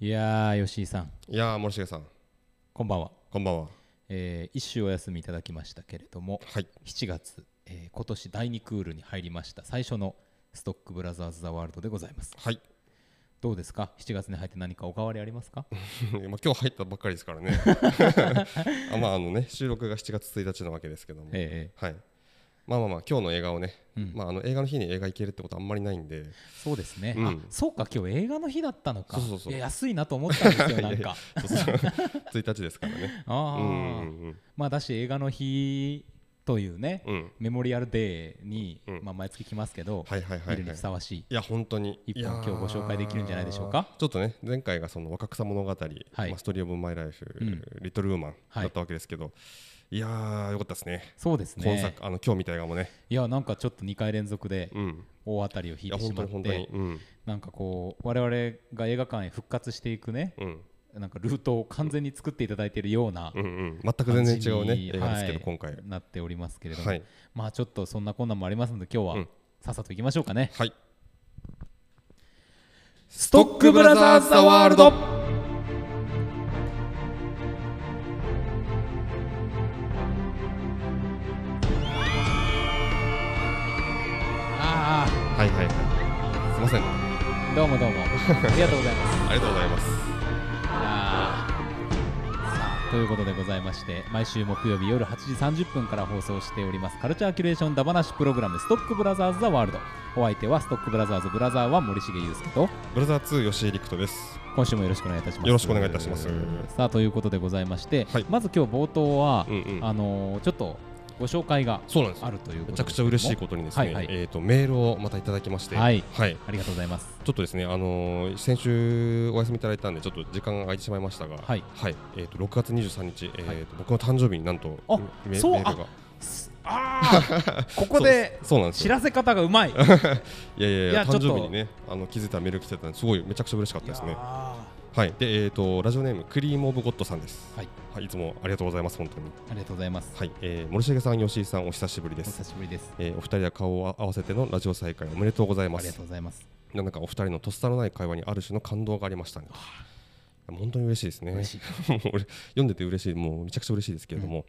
いやー吉井さんいやー森重さんこんばんは、こんばんはえー、一週お休みいただきましたけれどもはい7月、えー今年第2クールに入りました最初のストックブラザーズ・ザ・ワールドでございますはい どうですか7月に入って何かお変わりありますかまあ今日入ったばっかりですからね あまああのね収録が7月1日なわけですけども、ええはいまあまあまあ今日の映画をね、うんまああの映画の日に映画行けるってことあんまりない んでそうですね、うんあそうか今日映画の日だったのかそうそうそういや安いなと思ったんですよ なんかそうそう1日ですからねあうあ、んうんまあだし映画の日というね、うんうんメモリアルデーに、うんまあ、毎月来ますけど、はいはいはい見るはにいふさわしいいや本当に一本いや今ー日ご紹介できるんじゃないでしょうかちょっとね前回がその若草物語、いマストリー・オブ・マイ・ライフ、うんリトル・ウーマンはいだったわけですけど、い、やーよかったですねそうです今ね作あの今日みたいなもねいやなんかちょっと2回連続でうん大当たりを引いいやてし本当まっに本当にてうんなんかこう我々が映画館へ復活していくねうんなんかルートを完全に作っていただいているようなうんうん全く全然違う感ねじに映画ですけど、はい今回なっておりますけれどもはいまあちょっとそんな困難もありますので今日うはんさっさと行きましょうかねはいスストックブラザーズ・ザ・ワールドあはいはいはいすいませんあどうもどうもありがとうございますありがとうございますあーさあということでございまして毎週木曜日夜8時30分から放送しておりますカルチャーキュレーションダバなしプログラム「ストックブラザーズ・ザ・ワールド」お相手はストックブラザーズ・ブラザーは森重裕介とブラザー2吉井陸斗です今週もよろしくお願いいたしますよろしくお願いいたしますさあということでございまして、はいまず今日冒頭は、うんうんあのーちょっとご紹介がそうなんですよあるということでめちゃくちゃ嬉しいことにですね、はいはいえー、とメールをまたいただきまして、はいはい、ありがとうございますちょっとですね、あのー先週お休みいただいたんで、ちょっと時間が空いてしまいましたが、はいえー、と6月23日、えーとはい僕の誕生日になんとあメそうメールが、すあーここでそうそうなんです知よ。らせ方がう まいいやいやいいや、やちょ誕っと生日にね、あの気づいたメール来てたんで、すごいめちゃくちゃ嬉しかったですいねや。ーはい、で、えー、とラジオネーム、クリーム・オブ・ゴッドさんです。はい、い、つもありがとうございます、本当に。ありがとうございます、はい、えー、森重さん、吉井さん、お久しぶりでおす久。しぶりですえーお二人は顔を合わせてのラジオ再開おめでとうございあまりがすとうございますなんだかお二人のとっさのない会話にある種の感動がありましたね本当に嬉しいですね嬉しいもう俺読んでて嬉しいもうめちゃくちゃ嬉しいですけれども、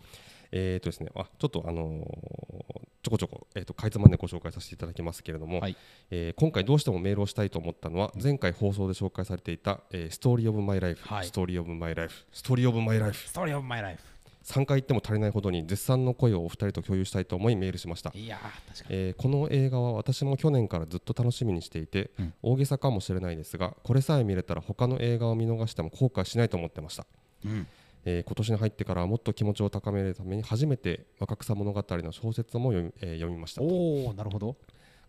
えーとですね、あちょっと、あのーちょこちょこ、えー、とかいつまんでご紹介させていただきますけれども、はいえー今回どうしてもメールをしたいと思ったのは前回放送で紹介されていた、えーストーリー・オブ・マイ・ライフ、はいストーリー・オブ・マイ・ライフストーリー・オブ・マイ・ライフストーリーオブマイライフ3回言っても足りないほどに絶賛の声をお二人と共有したいと思いメールしましたいやー確かにえーこの映画は私も去年からずっと楽しみにしていて、うん大げさかもしれないですがこれさえ見れたら他の映画を見逃しても後悔しないと思ってました、うんえー今年に入ってからはもっと気持ちを高めるために初めて「若草物語」の小説も読み,、えー読みましたおおなるほど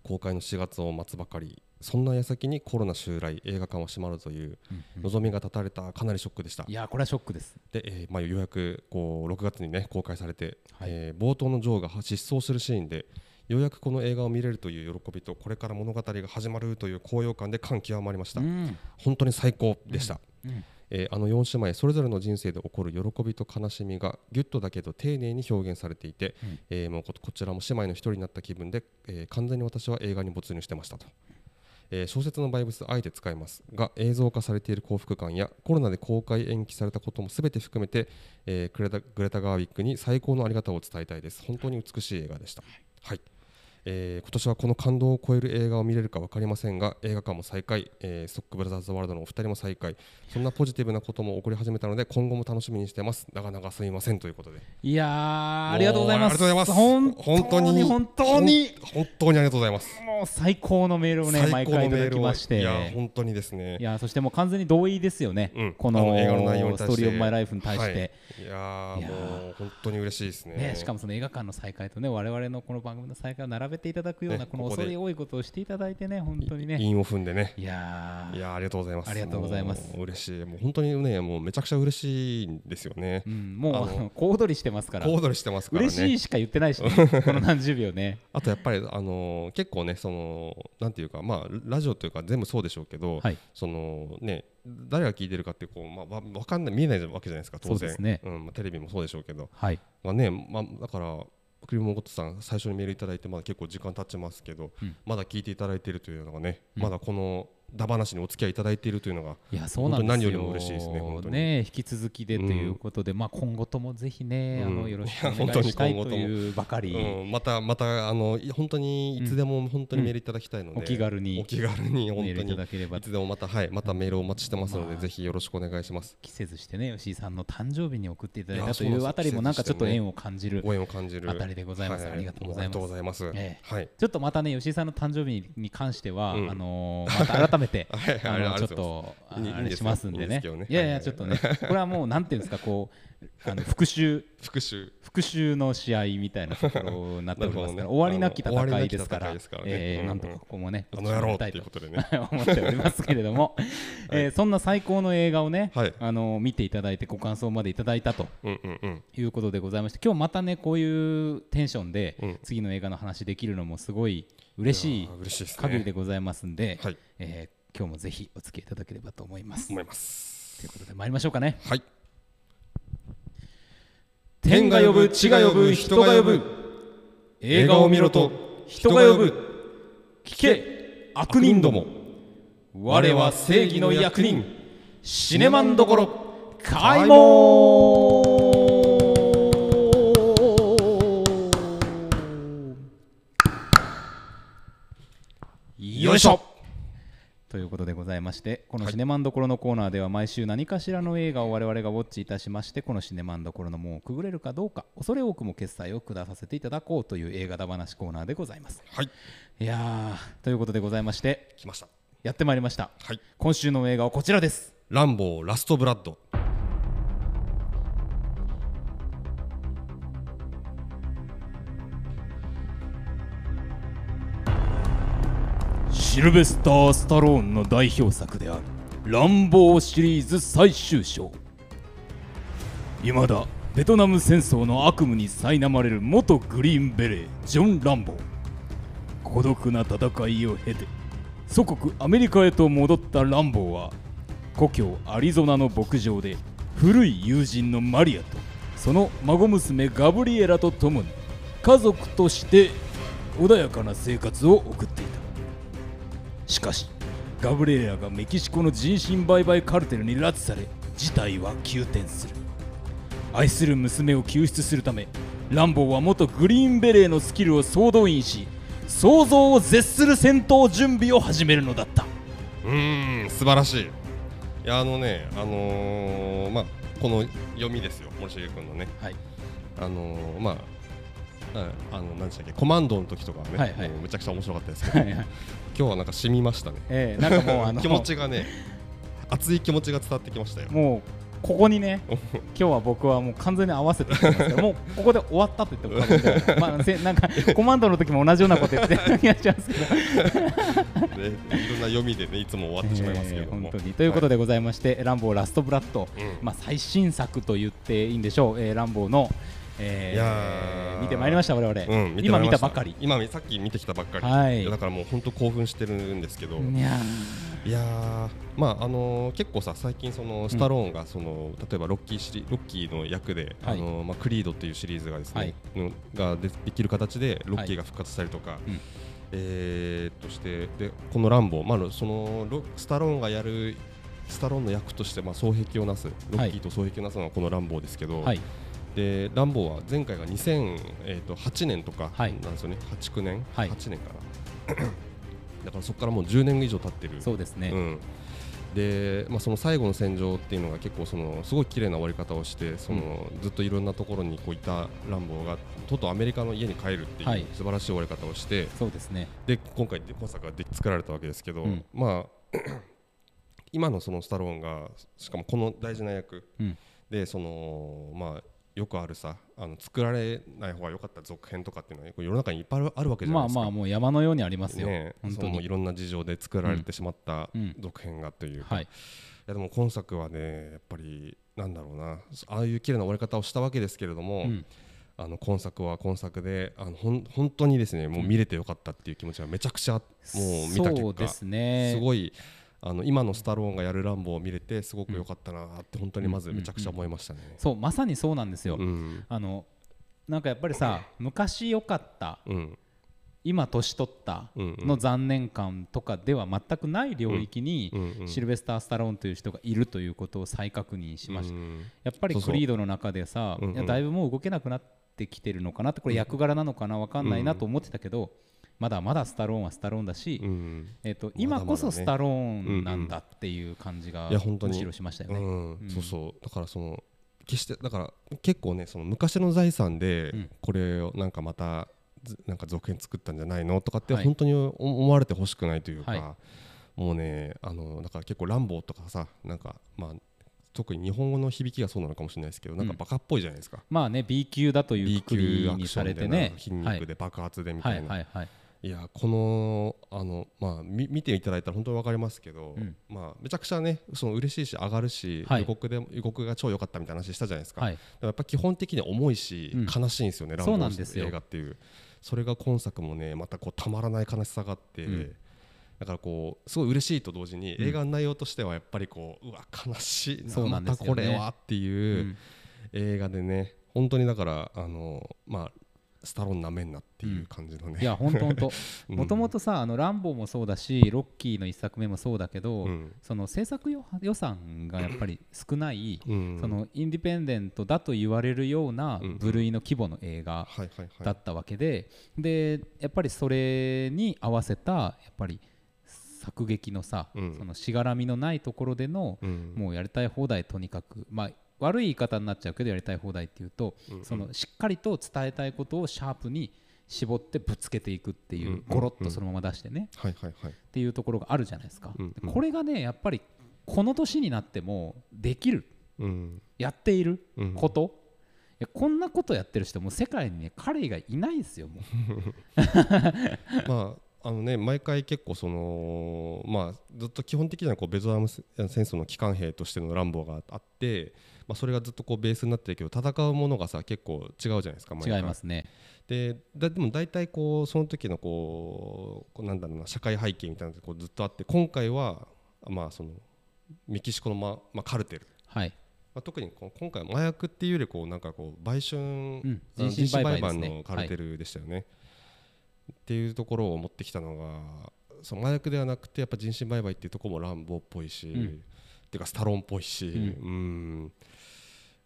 公開の4月を待つばかりそんな矢先にコロナ襲来映画館は閉まるという、望みが絶たれたかなりショックでしたいやーこれはショックですで、えーまあ、ようやくこう6月に、ね、公開されて、はいえー冒頭のジョーが失踪するシーンでようやくこの映画を見れるという喜びとこれから物語が始まるという高揚感で感極まりました、うん本当に最高でした、うんえーあの4姉妹それぞれの人生で起こる喜びと悲しみがギュッとだけど丁寧に表現されていて、うんえーもうここちらも姉妹の一人になった気分で、えー完全に私は映画に没入してましたと、えー小説のバイブスあえて使いますが映像化されている幸福感やコロナで公開延期されたことも全て含めて、えークレタグレタ・ガーウィックに最高のありがたを伝えたいです本当に美しい映画でした、はいえー今年はこの感動を超える映画を見れるか分かりませんが映画館も再開、えーストックブラザーズ・ワールドのお二人も再開そんなポジティブなことも起こり始めたので今後も楽しみにしてます長々すみませんということでいやーありがとうございますもうありがとうございます本当に本当にほん本当にありがとうございますもう最高のメールをね毎回いただきましていや本当にですねいやそしてもう完全に同意ですよね、うんこあの映画の内容に対しストてーリー・オブ・マイ・ライフに対して、、はい、いやーいやーもう本当に嬉しいですねねしかもその映画館の再開とね我々のこの番組の再開を並べていただくような、ねこのここで恐れ多いことをしていただいてね本当にね韻を踏んでねいやーいやーありがとうございますありがとうございますもう嬉しいもう本当にねもうめちゃくちゃ嬉しいんですよねうん、もうああのの 小躍りしてますから小躍りしてますからね嬉しいしか言ってないし ね、この何十秒ねあとやっぱり、あのー結構ねそのなんていうか、まあ、ラジオというか全部そうでしょうけど、はいそのね、誰が聞いてるかってこう、まあわ、わかんない見えないわけじゃないですか当然そうですねんまあ、テレビもそうでしょうけど、はいまあねまあ、だからクリームゴットさん最初にメールいただいてまだ結構時間経ちますけど、うんまだ聞いていただいてるというのがね、うんまだこのダバなしにお付き合いいただいているというのがいやそうなんですよ本当に何よりも嬉しいですね本当にね引き続きでということで、まあ、今後ともぜひね、うんあのよろしくおいや願いしたい本当に今後とともいうばかり、うん、またまたあのい本当にいつでも本当にメールいただきたいので、お気軽にお気軽に本メールい当たにだければいつでもまたはいまたメールをお待ちしてますので、まあぜひよろしくお願いします季節してね吉井さんの誕生日に送っていただいいたやとそういなんですうよあたりもなんかちょっと季節でね縁を感じる応援を感じるあたりでございますはありがとうございますもありがとうございます、ええはいちょっとまたね吉井さんの誕生日に関しては、うんあの ーまた改めてはいはいあのあちりょがっとうとございますいいあれいいんですよしますんでいいんでねすけどねいやいはやいちょっとねこれはもうなんていうんですかこうあの復讐復讐復讐の試合みたいなところになっておりますかなるほどねら終 わりなきあの終わ戦りいなきですから戦いですからねえうんうーんなんとかここもねあの野郎打っちたていいうことでね 思っておりますけれど も、 えーそんな最高の映画をね、はいあの見ていただいてご感想までいただいたとうんうんうんいうことでございまして今日またねこういうテンションで、うん次の映画の話できるのもすごい嬉しいやー嬉しいですね限りでございますんではいえー今日もぜひお付き合いいただければと思います。思いますということで参りましょうかね。はい天が呼ぶ地が呼ぶ人が呼ぶ映画を見ろと人が呼ぶ聞け悪人ども我は正義の役人シネマンどころ開門よいしょということでございましてこのシネマンどころのコーナーでは毎週何かしらの映画を我々がウォッチいたしましてこのシネマンどころの門をくぐれるかどうか恐れ多くも決済を下させていただこうという映画だ話コーナーでございますはいいやーということでございまして来ましたやってまいりましたはい今週の映画はこちらですランボーラストブラッドシルベスター・スタローンの代表作である「ランボー」シリーズ最終章いまだベトナム戦争の悪夢に苛まれる元グリーンベレージョン・ランボー孤独な戦いを経て祖国アメリカへと戻ったランボーは故郷アリゾナの牧場で古い友人のマリアとその孫娘ガブリエラと共に家族として穏やかな生活を送っていたしかしガブリエラがメキシコの人身売買カルテルに拉致され事態は急転する愛する娘を救出するためランボーは元グリーンベレーのスキルを総動員し想像を絶する戦闘準備を始めるのだったうーん素晴らしいいやあのねあのーまあこの読みですよ森重君のねはいあのーまあうんあの何でしたっけコマンドの時とかはね、はいはいもうめちゃくちゃ面白かったですけど今日はなんか染みましたねええなんかもう あの気持ちがね熱い気持ちが伝わってきましたよもうここにね今日は僕はもう完全に合わせてきてます けどもうここで終わったと言っても過言ではないまあせなんかコマンドの時も同じようなこと言 ってた気がしますけどねいろんな読みでねいつも終わってしまいますけれども、えー本当にということで、でございまして、ランボーラストブラッド、うんまあ、最新作と言っていいんでしょう、えーランボーの、えーいやー見てまいりました、我々、うん今ら見いましたばかり。今見さっき見てきたばっかり、はいやだからもう本当興奮してるんですけいど、やいやーまああのー結構さ最近そのスタローンがその、例えばロッキーシリロッキーの役で、はいあのーまあクリードっていうシリーズがですね、はいのがでできる形でロッキーが復活したりとか、うんえーっとしてでこのランボーまあそのロスタローンがやるスタローンの役としてまあ双璧をなすロッキーと双璧をなすのがこのランボーですけど、ーはい、でランボーは前回が2008年とかはないんですよね、8、9年、はい8年かな だからそこからもう10年以上経ってるそうですね、うん、で、まあ、その最後の戦場っていうのが結構そのすごい綺麗な終わり方をしてその、ずっといろんなところにこういたランボーがとうとうアメリカの家に帰るっていはいう素晴らしい終わり方をして、そうですね、で今回で今作がで作られたわけですけど、うんまあ 今のそのスタローンがしかもこの大事な役、うんでそのまあよくあるさあの作られない方が良かった続編とかっていうのはこう世の中にいっぱいあるあるわけじゃなまあいですか。まあ、もう山のようにありますよ、ねえ、本そ当のいに。ろんな事情で作られてしまったうんうん続編がというか、はい、いやでも今作はねやっぱりなんだろうなああいう綺麗な終わり方をしたわけですけれども、うんあの今作は今作であのほん本当にですねもう見れてよかったっていう気持ちがめちゃくちゃもう見た結そう果ですねすごいあの今のスタローンがやるランボーを見れてすごく良かったなって本当にまずめちゃくちゃ思いましたね。そうまさにそうなんですよ、うんあのなんかやっぱりさ昔良かったうん今年取ったうんうんの残念感とかでは全くない領域にうんうんシルベスター・スタローンという人がいるということを再確認しましたうんやっぱりそうそうクリードの中でさうんうんいやだいぶもう動けなくなってきてるのかなってこれ役柄なのかな分かんないなと思ってたけどまだまだスタローンはスタローンだしうんえっとだまだ今ねこそスタローンなんだっていう感じがいや本当にむしろしましたようね。んうんそうそうだからその決してだから結構ねその昔の財産でうんこれをなんかまたずなんか続編作ったんじゃないのとかってはい本当にお思われてほしくないというか、はもうねあのだから結構「ランボー」とかさなんかまあ特に日本語の響きがそうなのかもしれないですけどなんかうんバカっぽいじゃないですか、まあね B 級だとい B うく級りアクにショさンれでてなんねか筋肉で爆発でみたはいいな、はいいいはいやこのあの、まあ、み見ていただいたら本当に分かりますけど、うんまあ、めちゃくちゃねその嬉しいし上がるし、はい予告で予告が超良かったみたいな話したじゃないですか、はいでもやっぱ基本的に重いし、うん悲しいんですよねランボそうーなのんですよ映画っていうそれが今作もねまたこうたまらない悲しさがあって、うんだからこうすごい嬉しいと同時に、うん映画の内容としてはやっぱりこううわ悲しいなそうなんですよねまたこれはってういう、ん映画でね本当にだからあのまあスタローンなめんなっていう感じのね、いや本当本当 うんもともとさ「あのランボー」もそうだしロッキーの一作目もそうだけど、うんその制作予予算がやっぱり少ない、うんそのインディペンデントだと言われるようなうん部類の規模の映画はいはいはいだったわけで、でやっぱりそれに合わせたやっぱり作劇のさ、うんそのしがらみのないところでの、うんもうやりたい放題とにかくまあ悪い言い方になっちゃうけどやりたい放題っていうと、うんうんそのしっかりと伝えたいことをシャープに絞ってぶつけていくっていう、うんうんゴロッとそのまま出してねはいはいはいっていうところがあるじゃないですか、うんうんこれがねやっぱりこの年になってもできるうんやっているうんこと、いやこんなことやってる人もう世界にね彼以外いないですよもうまああのね毎回結構そのまあずっと基本的にはこうベトナム戦争の機関兵としての乱暴があって、まあ、それがずっとこうベースになってるけど戦うものがさ結構違うじゃないですか毎違回いますねでだでも大体こうその時のこうこうなんだろうな社会背景みたいなのがこうずっとあって今回はまあそのメキシコの、ままあ、カルテル、はいまあ、特にこう今回は麻薬っていうよりこうなんかこう売春、んあの人身売買ですねのカルテルでしたよね、っていうところを持ってきたのがその麻薬ではなくてやっぱ人身売買っていうところも乱暴っぽいし、うんっていうかスタローンっぽいし、ううん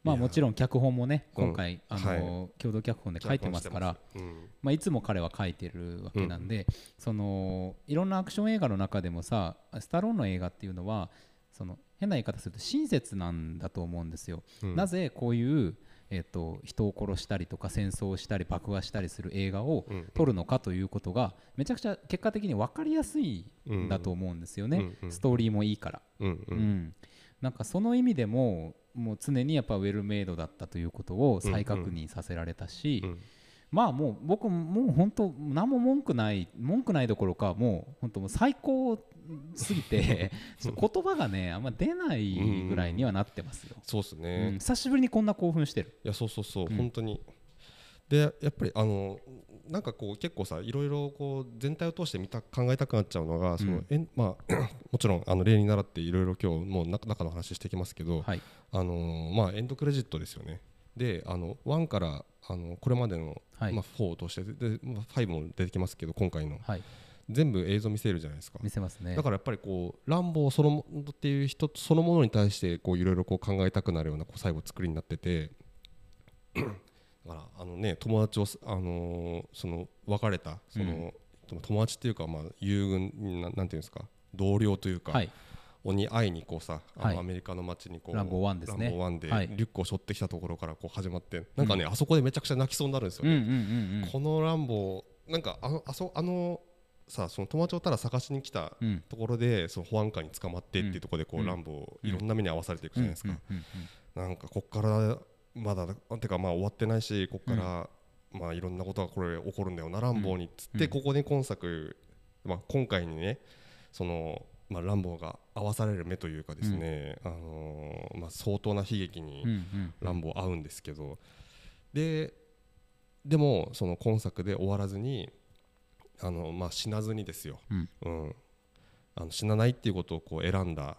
まあいやもちろん脚本もね今回、うんあの共同脚本で書いてますから、うんまあ、いつも彼は書いてるわけなんで、そのいろんなアクション映画の中でもさスタローンの映画っていうのはその変な言い方すると親切なんだと思うんですよ。うんなぜこういう、えっと人を殺したりとか戦争をしたり爆破したりする映画をうん撮るのかということがめちゃくちゃ結果的に分かりやすいんだと思うんですよね、うんうんストーリーもいいから。うんううんん、なんかその意味でももう常にやっぱウェルメイドだったということを再確認させられたし、うんまあもう僕ももう本当何も文句ない文句ないどころかもう本当もう最高すぎ てちょっと言葉がねあんま出ないぐらいにはなってますよ、そうですうね、ん、久しぶりにこんな興奮してるいやそうそうそう、うん本当にでやっぱりあのなんかこう結構さいろいろこう全体を通して見た考えたくなっちゃうのがそうの、んえんまあ、 もちろんあの例に倣っていろいろ今日もう中中の話してきますけど、はいあのーまあ、エンドクレジットですよねであの1からあのこれまでの、はいまあ、4を通してで、まあ、5も出てきますけど今回のはい全部映像見せるじゃないですか見せますねだからやっぱりこう乱暴そのものっていう人そのものに対してこういろいろこう考えたくなるようなこう最後作りになっててだからあのね友達をすあのーその別れたその、友達っていうかまあ友軍ななんていうんですか同僚というか、はいに会いにこうさあのはいアメリカの街にこうランボーワンですねランボーワンではいリュックを背負ってきたところからこう始まってなんかね、あそこでめちゃくちゃ泣きそうになるんですようんねうんうんこのランボーなんかあのあそあのさその友達をただ探しに来たうんうんところでその保安官に捕まってっていうところでこううん乱暴うんいろんな目に遭わされていくじゃないですか、うんうんうんなんかこっからまだてかまあ終わってないしこっから、まあいろんなことがこれ起こるんだよな乱暴にっつって、うんここに今作、まあ、今回にねその、まあ、乱暴が合わされる目というかですね、あのーまあ、相当な悲劇に、うんうん乱暴合うんですけどででもその今作で終わらずにあの、まあ、死なずにですよ、うんあの死なないっていうことをこう選んだ、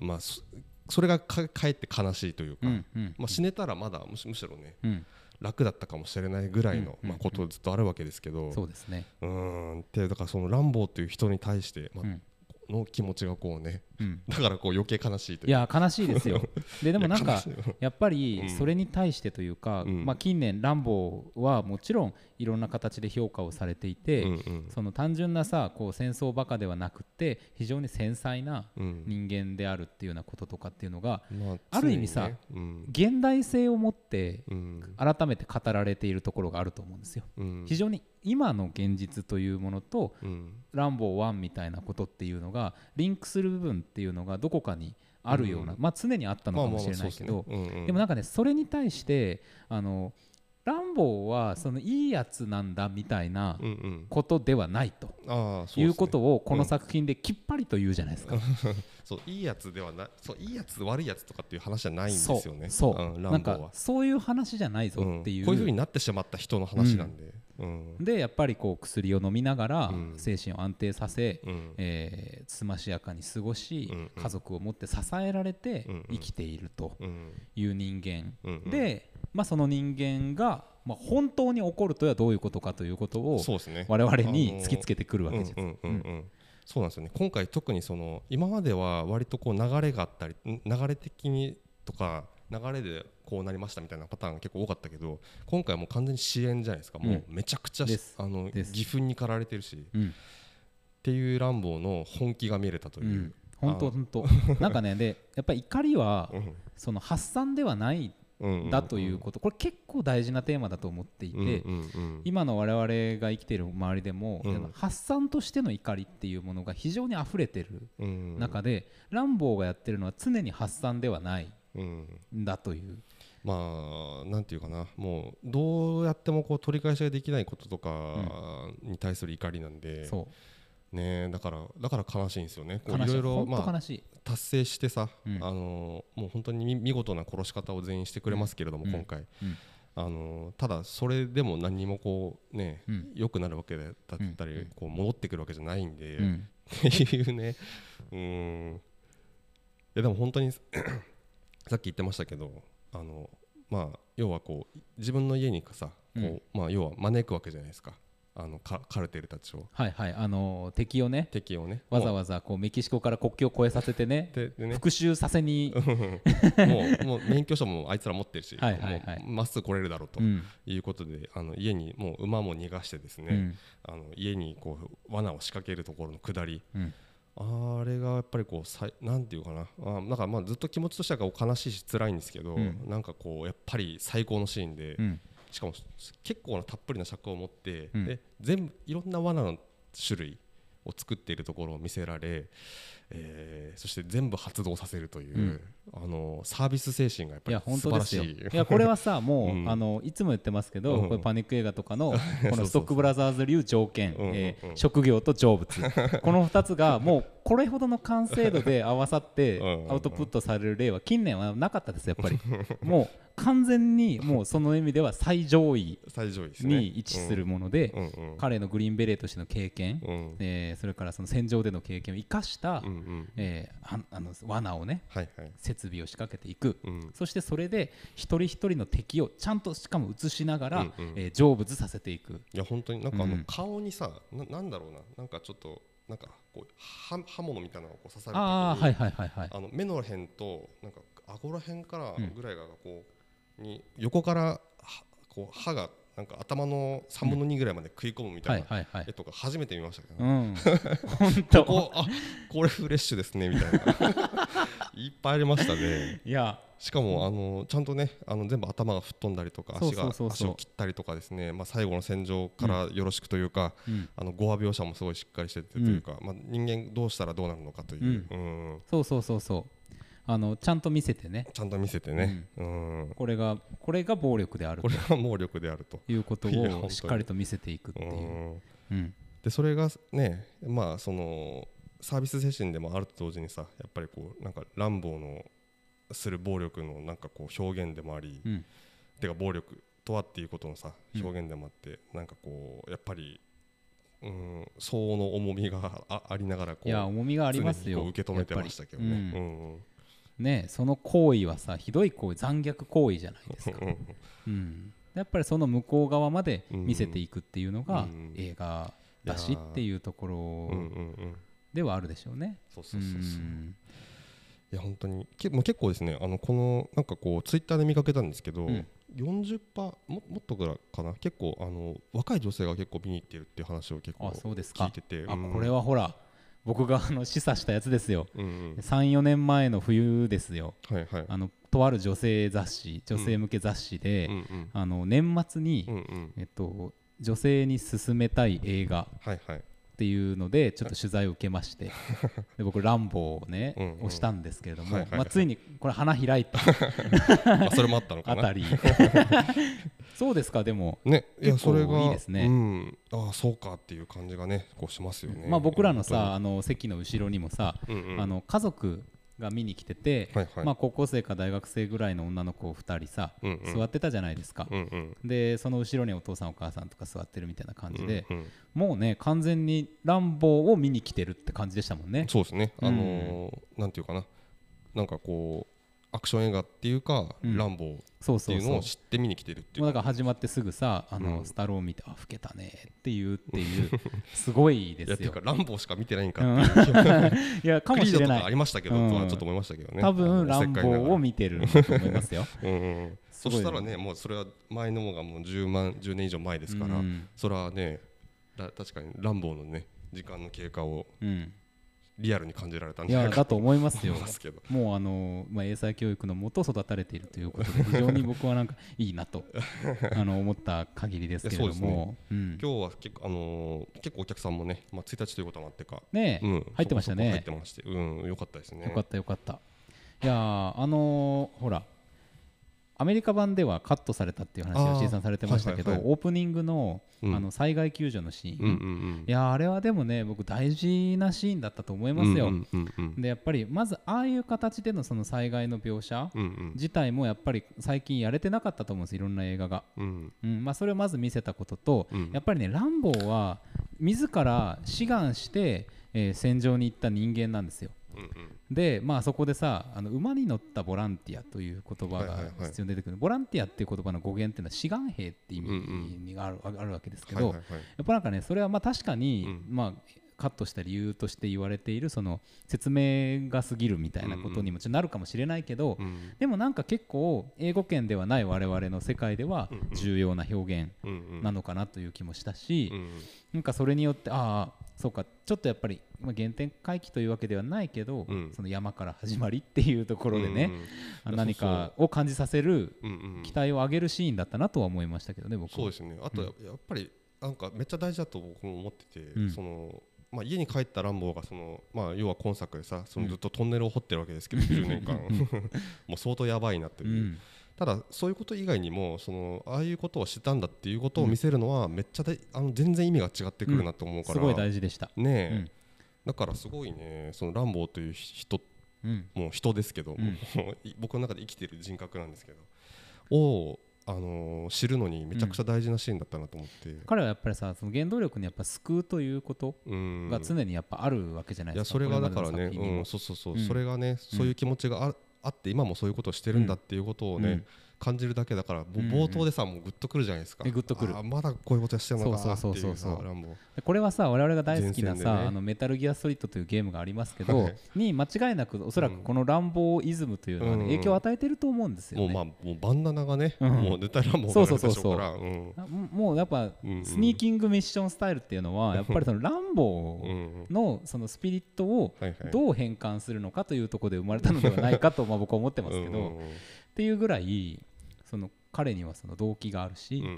まあ、そそれがかかえって悲しいというか、うんうんまあ、死ねたらまだむしむしろねうん楽だったかもしれないぐらいの、うんまうんあ、ことずっとあるわけですけど、そうですね。うーんってだからそのランボーという人に対して、まあうんの気持ちがこうねうん、だからこう余計悲しいといいうかや悲しいですよ。ででもなんいやか悲しいよやっぱりうんそれに対してというか、うんまあ、近年ランボーはもちろんいろんな形で評価をされていて、うんうんその単純なさこう戦争バカではなくて非常に繊細なうん人間であるっていうようなこととかっていうのがまあある意味さ常にね現代性を持ってうんうん改めて語られているところがあると思うんですよ。うん非常に今の現実というものとうんランボー1みたいなことっていうのがリンクする部分っていうのがどこかにあるような、うんまあ常にあったのまあかまあもまあしれないけど、そうすねうんうんでもなんかねそれに対してあのランボーはそのいいやつなんだみたいなうんうんことではないとああそうですねいうことをこの作品できっぱりと言うじゃないですか。そういいやつではないそういいやつ悪いやつとかっていう話じゃないんですそよねうそう、んラなんンボーかはそういう話じゃないぞうんっていう、こういうふうになってしまった人の話なんでうんでやっぱりこう薬を飲みながらうん精神を安定させ、うんえーつましやかに過ごし、うんうん家族を持って支えられてうんうん生きているとうんいう人間、うんうんで、まあ、その人間が、まあ、本当に起こるとはどういうことかということをそうですね 我々に突きつけてくるわうけんじゃうんんうんうんそうなんですよね今回特にその今までは割とこう流れがあったりん流れ的にとか流れでこうなりましたみたいなパターンが結構多かったけど今回はもう完全に支援じゃないですか、もうめちゃくちゃしですあのです義憤に駆られてるしっうんていう乱暴の本気が見れたとう、、いうん本当あ本当なんかねでやっぱり怒りはうんその発散ではないうんうんだということこれ結構大事なテーマだと思っていて、うんうんうん今の我々が生きている周りでも、うん発散としての怒りっていうものが非常に溢れてるうん中で、ランボーがやってるのは常に発散ではないうんんだという、まあなんていうかなもうどうやってもこう取り返しができないこととかに対する怒りなんで、そねえだからだから悲しいんですよね。こうう悲いしろいいろ本当ま悲あしい、達成してさ、うんあのーもう本当に見見事な殺し方を全員してくれますけれども、うん今回、うんあのーただそれでも何にもこうねうん良、くなるわけだったり、うんうんこう戻ってくるわけじゃないんで、うっんていうねうーんいやでも本当に さっき言ってましたけどあのまあ要はこう自分の家にさこう、うんまあ要は招くわけじゃないですかあのカカルテルたちをはいはいあの敵をね敵をねわざわわざこうメキシコから国境を越えさせてねででね復讐させに、もうもう免許証もあいつら持ってるしはいはいはいもうまっすぐ来れるだろうとうんいうことで、あの家にもう馬も逃がしてですね、うんあの家にこう罠を仕掛けるところの下りうんあれがやっぱりこうさいなんていうかなあなんかまあずっと気持ちとしてはこう悲しいし辛いんですけど、うんなんかこうやっぱり最高のシーンで、うんしかも結構なたっぷりな尺を持って、うんで全部いろんな罠の種類を作っているところを見せられ、えーそして全部発動させるという、うんあのサービス精神がやっいぱやり本素当で晴らすしよ。い。いやこれは さもう、うんあのいつも言ってますけど、うんこれパニック映画とか のこそうそのうストックブラザーズ流条件、うんうんうんえー職業と成 仏この2つがもうこれほどの完成度で合わさって うんうんうんアウトプットされる例は近年はなかったですやっぱりもう完全にもうその意味では最上位最上位ですね。に位置するもので、うんうん彼のグリーンベレーとしての経験、うんえーそれからその戦場での経験を生かした、うんうんえーああの罠をねはいはい。設備を仕掛けていく、うんそしてそれで一人一人の敵をちゃんとしかも映しながら、うんうんえー成仏させていくいや本当になんかあうのん顔にさ、ななんだろうななんかちょっとなんかこう刃刃物みたいなのをこう刺されてああはいはいはいはいあの目の辺となんか顎ら辺からうんぐらいがこう、に横からはこう歯がなんか頭の3分の2ぐらいまで食い込むみたはいいなはいはい絵とか初めて見ましたけど、うね ん本当こうあこれフレッシュですねみたいないっぱいありましたねいやしかもあのちゃんとねあの全部頭が吹っ飛んだりとかそう足そうがそうそう足を切ったりとかですね、まあ、最後の戦場からよろしくというか、うんあの語話描写もすごいしっかりしててというか、まあ、人間どうしたらどうなるのかという、うんそうそうそうそうあのちゃんと見せてねちゃんと見せてね。うんこれがこれが暴力である これは能力であると。ということいや本当をにしっかりと見せていくってういう、んうん、でそれがねまあそのサービス精神でもあると同時にさやっぱりこうなんか乱暴のする暴力のなんかこう表現でもあり、うんてか暴力とはっていうことのさうん表現でもあって、なんかこうやっぱり、うん、相応の重みがあありながらこういや重みがあります常によこう受け止めてましたけどやっね。ぱりううんんうんねその行為はさひどい行為残虐行為じゃないですか、うん、やっぱりその向こう側まで見せていくっていうのがうん映画だしっていうところうんうんうんではあるでしょうね。そうそうそうそううんいや本当にけもう結構ですねあのこのなんかこうツイッターで見かけたんですけど、うん40%ももっとぐらいかな結構あの若い女性が結構見に行ってるっていう話を結構あそうです聞かいててあうんこれはほら僕があの示唆したやつですようんうん34年前の冬ですよはいはいあのとある女性雑誌女性向け雑誌で、うんうんあの年末に、うんうんえっと、女性に勧めたい映画はい はっいていうのでちょっと取材を受けまして で僕「ランボー」をねうんうん押したんですけれどはいもはいはいまあついにこれ花開いたあそれもあったのかあなたりそうですかでも、ねいや結構それがいいですねうんああそうかっていう感じがねこうしますよねまあ、僕らのさあの席の後ろにもさ、本当にうんうんあの家族が見に来てて、はいはいまあ、高校生か大学生ぐらいの女の子2人さ、うんうん座ってたじゃないですか、うんうんでその後ろにお父さんお母さんとか座ってるみたいな感じで、うんうんもうね完全に「ランボー」を見に来てるって感じでしたもんね。そうですね、うんあのーなんていうかな、なんかこう、アクション映画っていうか、うんランボーっそうてそいううのそをう知って見に来てるっていもううだから始まってすぐさあの、うんスタローン見て「あ老けたね」って言う っていうすごいでいやってすいうよか、。ランボーしか見てないんかうっん ていう気も、いやかクもリーしドれとなかあいりましたけど、とうはんちょっと思いましたけどね、多あ分のラおせンっボかいながらーを見てるんだと思いますよ。うんうん、すそごいしたらね、もうそれは前のもがもう10万、10年以上前ですから、うんそれはね、ら確かにランボーのね、時間の経過をうん、リアルに感じられたんいじゃなやいかだとと思いますよ 思いますけど。もうあの、まあ、英才教育のもと育たれているということで非常に僕はなんかいいなとあの思った限りですけれど いやそうですもうん今日は結構、あのー結構お客さんもね、まあ、1日ということもあってか、ねえ、うん、入ってましたそこそこ入っねてまして、うん、良かったですね。よかったよかったいやーあのーほらアメリカ版ではカットされたっていう話あをー C さんされてましたけど、はいはいはオープニングの,、うんあの災害救助のシーン、うんうんいうん。やーあれはでもね僕大事なシーンだったと思いますよ、うんうんうんうんでやっぱりまずああいう形でのその災害の描写うんうん自体もやっぱり最近やれてなかったと思うんですいろんな映画が、うんうんまあ、それをまず見せたことと、うんやっぱりねランボーは自ら志願して、えー戦場に行った人間なんですようんうんでまあそこでさあの馬に乗ったボランティアという言葉はいはいがはい必要に出てくる、ボランティアっていう言葉の語源っていうのは志願兵っていううん意味にがある,、あるわけですけはいど、はいはいやっぱなんかねそれはまあ確かに、うんまあカットした理由として言われているその説明が過ぎるみたいなことにもちょっとなるかもしれないけど、うんでもなんか結構英語圏ではない我々の世界ではうんうん重要な表現うんうんなのかなという気もしたし、うんなんかそれによってああそうかちょっとやっぱり、まあ、原点回帰というわけではないけど、うんその山から始まりっていうところでね、うんうん何かを感じさせるうんうん期待を上げるシーンだったなとは思いましたけどね僕はそうですねあとややっぱりなんかめっちゃ大事だと僕も思ってて、んそのまあ、家に帰ったランボーがその、まあ、要は今作でさそのずっとトンネルを掘ってるわけですけど、10年間もう相当やばいなってういう、んただそういうこと以外にもそのああいうことをしてたんだっていうことを見せるのはめっちゃであの全然意味が違ってくるなと思うから、すごい大事でした、ねえ、うんだからすごいねそのランボーという人うんもう人ですけんど、もうい僕の中で生きてる人格なんですけどを、あのー知るのにめちゃくちゃ大事なシーンだったなと思って、彼はやっぱりさその原動力にやっぱ救うということうん、が常にやっぱあるわけじゃないいでやすか、それがだからこれまでのね、作品にもうん、そうそうそう、うんそれがねそういう気持ちがああって今もそういうことをしてるんだっていうことをね、うん感じるだけだから、もううん冒頭でさもうグッとくるじゃないですか、えグッとくるあーまだこういうことしてるのかっていうそうそうそうそうそうさランボーでこれはさ我々が大好きなさ、前線でねあのメタルギアソリッドというゲームがありますけど、はいに間違いなくおそらくこの乱暴イズムというのは、ねうん影響を与えてると思うんですよもね。うまあもうバンダナがね、うんもう絶対ランボーが出たでしょうからうんあももうやっぱうんうんスニーキングミッションスタイルっていうのはやっぱりその乱暴うんうんのそのスピリットをはいはいどう変換するのかというところで生まれたのではない かとまあ僕は思ってますけうんどっていうぐらいその彼にはその動機があるし、うんううん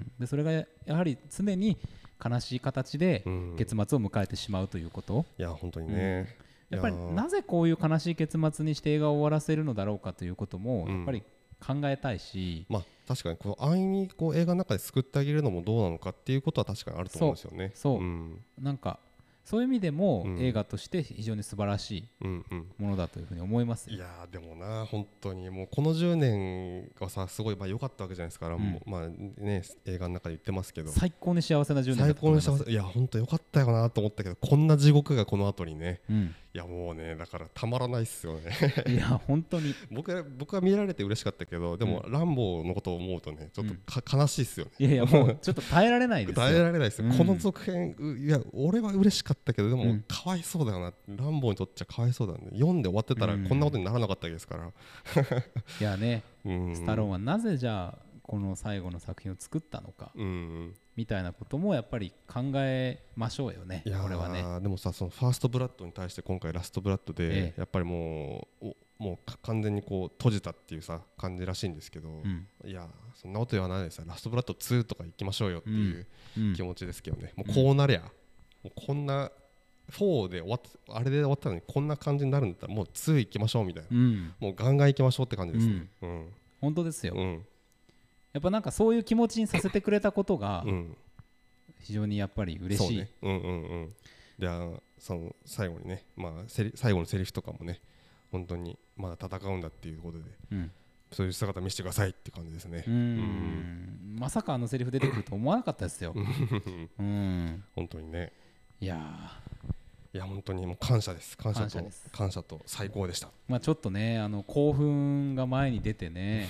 ん、でそれがやはり常に悲しい形でうんうんうん結末を迎えてしまうということ。いや本当にね、やっぱりいーなぜこういう悲しい結末にして映画を終わらせるのだろうかということもうんやっぱり考えたいし、まあ確かにこの安易にこう映画の中で救ってあげるのもどうなのかっていうことは確かにあると思うんですよね。そうそうんなんかそういう意味でもうん映画として非常に素晴らしいうんうんものだというふうに思いますいよ。やーでもな本当にもうこの10年はさすごいまあ良かったわけじゃないですから、んもうまあね映画の中で言ってますけど最高に幸せな10年だ最ったと高思いまにす幸せいや本当良かったよなと思ったけどこんな地獄がこの後にねうん、いやもうねだからたまらないっすよね いや本当に僕は僕は見られて嬉しかったけどでも、ランボーのことを思うとねちょっとか、悲しいっすよねいやいやもうちょっと耐えられないですよ耐えられないですよ、うんこの続編ういや俺は嬉しかったけどでも、うんかわいそうだよなランボーにとっちゃかわいそうだよね読んで終わってたらうんこんなことにならなかったわけですから、いやねうん、スタローンはなぜじゃあこの最後の作品を作ったのかうんみたいなこともやっぱり考えましょうよねいやーこれはねでもさそのファーストブラッドに対して今回ラストブラッドで、ええやっぱりもうおもうか完全にこう閉じたっていうさ感じらしいんですけど、うんいやーそんなこと言わないでさラストブラッド2とか行きましょうよっていううん気持ちですけどね、もうこうなりゃ、もうこんな4で終わっあれで終わったのにこんな感じになるんだったらもう2行きましょうみたいな、うんもうガンガン行きましょうって感じですね。うん本当ですようんやっぱなんかそういう気持ちにさせてくれたことがうん非常にやっぱり嬉しそういねうんうんうんであのその最後にね、まあ、セリ最後のセリフとかもね本当にまだ戦うんだっていうことでうんそういう姿見せてくださいって感じですねうーんまさかあのセリフ出てくると思わなかったですようん 本当にねいやーいや本当にもう感謝です感謝と感謝感で謝すと最高でしたまあちょっとねあの興奮が前に出て ね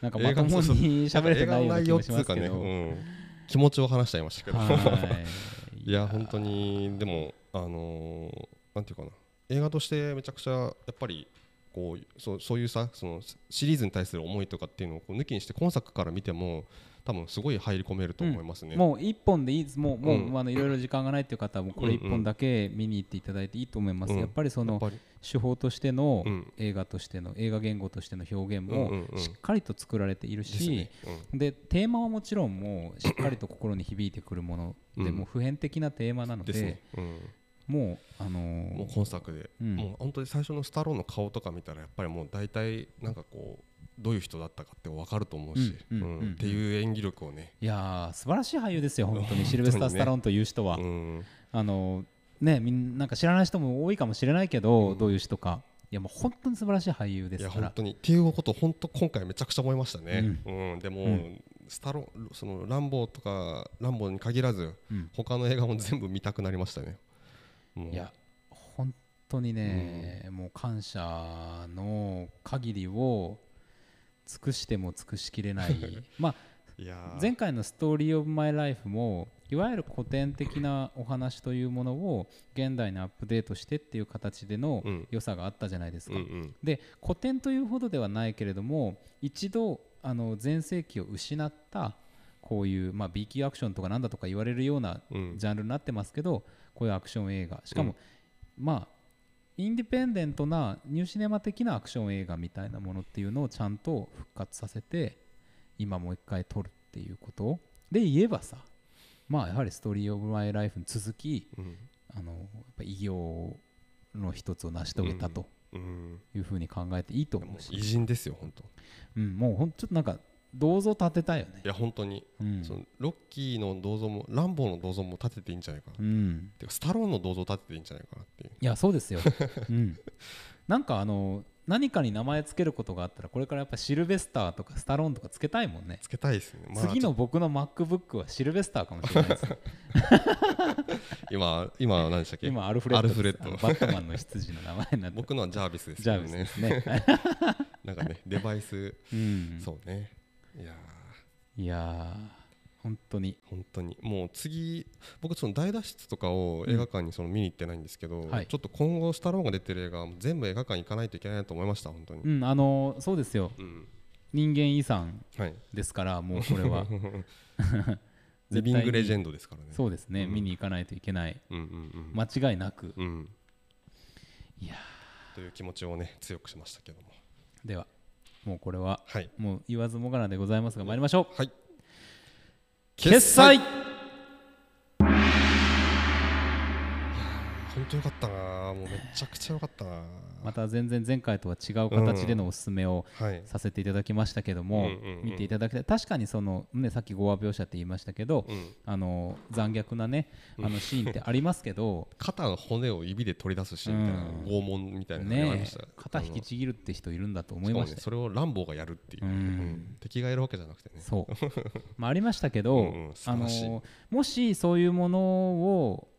なんかま映と画もに喋れてないような気もっしてますけね、どうん、気持ちを話しちゃいましたけどはいいや本当にでもあのーなんていうかな映画としてめちゃくちゃやっぱりこうそうそういうさそのシリーズに対する思いとかっていうのをこう抜きにして今作から見ても多分すごい入り込めると思いますね。もう一本でいいですもうもう、うんあのいろいろ時間がないっていう方はもうこれ一本だけ見に行っていただいていいと思います、うんやっぱりそやっのぱり手法としての、うん映画としての映画言語としての表現もうんうんうんしっかりと作られているですし、ねでテーマはもちろんもうしっかりと心に響いてくるもので、うんもう普遍的なテーマなうのんでですねうんもうあのーもう今作で、うんもう本当に最初のスタローンの顔とか見たらやっぱりもう大体なんかこうどういう人だったかって分かると思うし、うんうんうんうんっていう演技力をね、いやー素晴らしい俳優ですよ本 当にシルベスター・スタローンという人は、うん、あのーねみんなんか知らない人も多いかもしれないけど、どういう人かいやもう本当に素晴らしい俳優でいすやか本ら当にっていうことを本当今回めちゃくちゃ思いましたね。うん、でも、んスタロそのランボーとかランボーに限らず、うん他の映画も全部見たくなりましたね。もういや本当にね、もう感謝の限りを尽くしても尽くしきれ ないまあいやー前回の「ストーリー・オブ・マイ・ライフ」もいわゆる古典的なお話というものを現代にアップデートしてっていう形でのうん良さがあったじゃないですうんか。うんで古典というほどではないけれども一度あの前世紀を失ったこういう、まあ、B 級アクションとかなんだとか言われるようなうんジャンルになってますけど、こういうアクション映画しかも、まあインディペンデントなニューシネマ的なアクション映画みたいなものっていうのをちゃんと復活させて今もう一回撮るっていうことで言えばさまあやはり「ストーリー・オブ・マイ・ライフ」に続きうんあのやっぱ偉業の一つを成し遂げたとうんいうふうに考えていいとも思うう偉し、人ですよ本当。いうん、もうほんちょっとなんか銅像立てたいよね。や本当に、うんそのロッキーの銅像もランボーの銅像も立てていいんじゃないかな。うんてかスタローンの銅像立てていいんじゃないかなっていう。いやそうです よ、うん、なんかあの何かに名前つけることがあったらこれからやっぱシルベスターとかスタローンとかつけたいもんね、つけたいですね。まあ次の僕の MacBook はシルベスターかもしれないです 今今は何でしたっけ？今アルフレッドですアあのルフレッドバットマンの羊の名前になってる僕のはジャービスですジけャどブね。ズですね、 なんかねデバイスうん、そうね。いやーいやー本当に本当にもう次僕その大脱出とかを映画館にその見に行ってないんですけど、はいちょっと今後スタローンが出てる映画はもう全部映画館行かないといけないなと思いました本当に、うんあのそうですようん人間遺産はいですからもうこれ はリビングレジェンンドですからねそうですね、うん見に行かないといけないうんうんうん、間違いなく、うん、いやという気持ちをね強くしましたけどもーではもうこれははいもう言わずもがなでございますが参りましょうはい決済本当よかったなもうめちゃくちゃよかったなまた全然前回とは違う形でのおすすめをはいさせていただきましたけども、うんうんうん見ていただきたい確かにその、ね、さっき5話描写って言いましたけど、うんあの残虐なねあのシーンってありますけど、肩の骨を指で取り出すシーンみたいな、うん拷問みたいなの がありまねした、え肩引きちぎるって人いるんだと思しいかもまねしたそれを乱暴がやるっていう、うんうん敵がやるわけじゃなくてねそう まあありましたけど、うんうん素あ晴らしいのもしそういうものを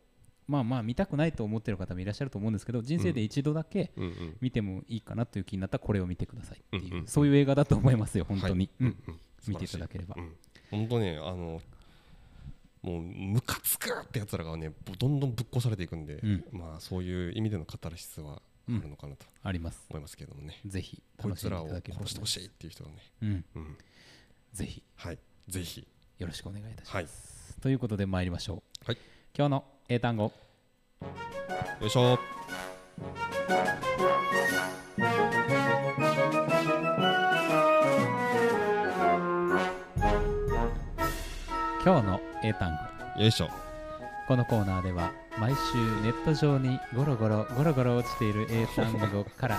まあまあ見たくないと思ってる方もいらっしゃると思うんですけど人生で一度だけうんうん見てもいいかなという気になったらこれを見てくださいっていう、うんうんそういう映画だと思いますよ本当に、はういん見ていただければ、うん本当ねあのもうムカつくってやつらがねぼどんどんぶっ壊されていくんで、うんまあそういう意味でのカタルシスはあるのかなとあります思いますけれどもね、ぜひこい楽しつんでいらをただければ殺してほしい、いっていう人がね、うん、うん、ぜひはいぜひよろしくお願いいたします、はいということで参りましょう、はい今日の英単語よいしょ今日の英単語よいしょこのコーナーでは毎週ネット上にゴロゴロゴロゴロ落ちている英単語から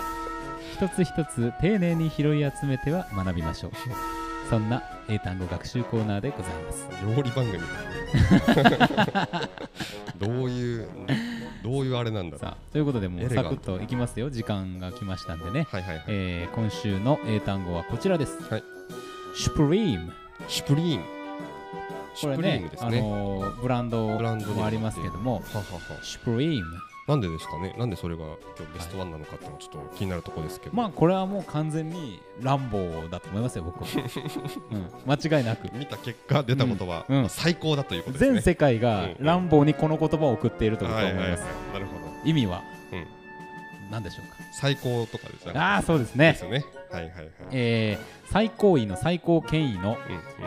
一つ一つ丁寧に拾い集めては学びましょうそんな英単語学習コーナーでございます料理番組 どういうどういうあれなんだろうさあということでもエうレサガントクッといきますよ時間が来ましたんでね、はいはいはい、えー今週の英単語はこちらです、はい、シュプリームシュプリームシこれュプリねームですあねのーブランドブランドにももありますけどもはははシュプリームなんでですかね、なんでそれが今日ベストワンなのかっていうのはちょっと気になるところですけど、まあこれはもう完全に乱暴だと思いますよ 僕は、うん、間違いなく見た結果、出たことは、うんうんまあ最高だということですね。全世界がうんうん乱暴にこの言葉を送っていると僕はは思いいはいはまいす、なるほど。意味はうん何でしょう最高とかですね。かああーそうですでねすよね。はいはいはい。えー最高位の最高権威の、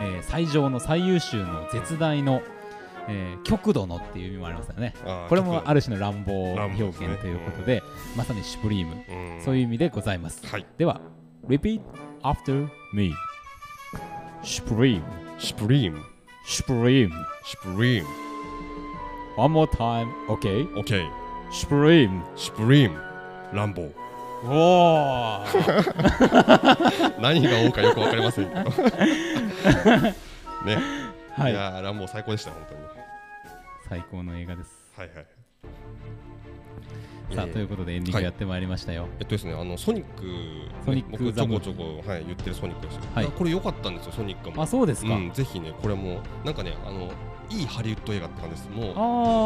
うんえうんー最上の最優秀の絶大の、えー極度のっていう意味もありますよねあーこれもある、る種の乱暴乱表暴で現すとねいうことでまさにシュプリームうんそういう意味でございますはい。では repeat after me シュプリームシュプリーム、シュプリームシュプリーム、 One more time, okay? オッケー、 Supreme. シュプリーム、乱暴。お ー何が多いかよくわかりません けど。ね、、はいい。やー乱暴最高でした本当に。最高の映画です。はいはい。さあ、えーということでエンディングやってまいりましたよ。えっとですね、あのソニック、ソニック僕ちザょムーこビちょこ、はい、言ってるソニックですよ。はいいやこれ良かったんですよ、ソニックも。あ、そうですか。うん、ぜひね、これも、なんかね、あの、いいハリウッド映画って感じです。も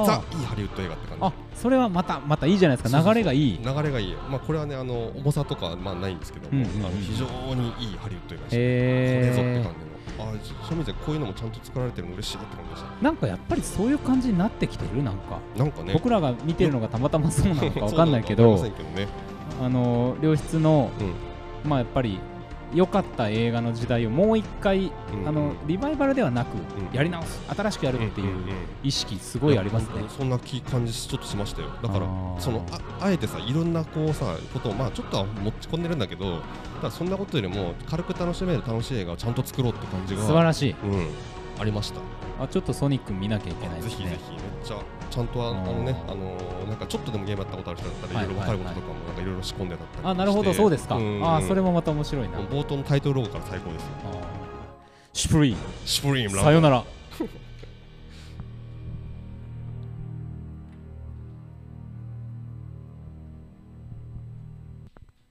う、ザあ、いいハリウッド映画ってあ。感あ、それはまた、またいいじゃないですそうか。そうそう流れがいいじ。。流れがいい。まあ、これはね、あの、重さとか、まあ、ないんですけどうんも、うんうんあの非常にいいハリウッド映画でした。へこれぞってー感じの。あ、そそういう意味で、こういうのもちゃんと作られてるの嬉しいって感じでした。なんかやっぱりそういう感じになってきてるなんか、なんかね。僕らが見てるのがたまたまそうなのかわかんないけそうどのかわかりませんけどね。あの良質のうんまあやっぱり良かった映画の時代をもう一回うんあのリバイバルではなくんやり直す新しくやるっていんんうん意識すごいありますいねやそんな気感じちょっとしましたよだかあらーそのああえてさいろんなこうさことをまあちょっとは持ち込んでるんだけどただそんなことよりも軽く楽しめる楽しい映画をちゃんと作ろうって感じが素晴らしいうん、ありました、あちょっとソニック見なきゃいけないぜですひぜねひめっちゃちゃんとああーあのねあのーなんかちょっとでもゲームやったことある人だったはらいいろいろ分かることとかもなんかいろいろ仕込んでだったりとかあなるほどしてそうですかんあそれもまた面白いなもう冒頭のタイトルロゴから最高ですよあーシュプリーシュプリームラさよなら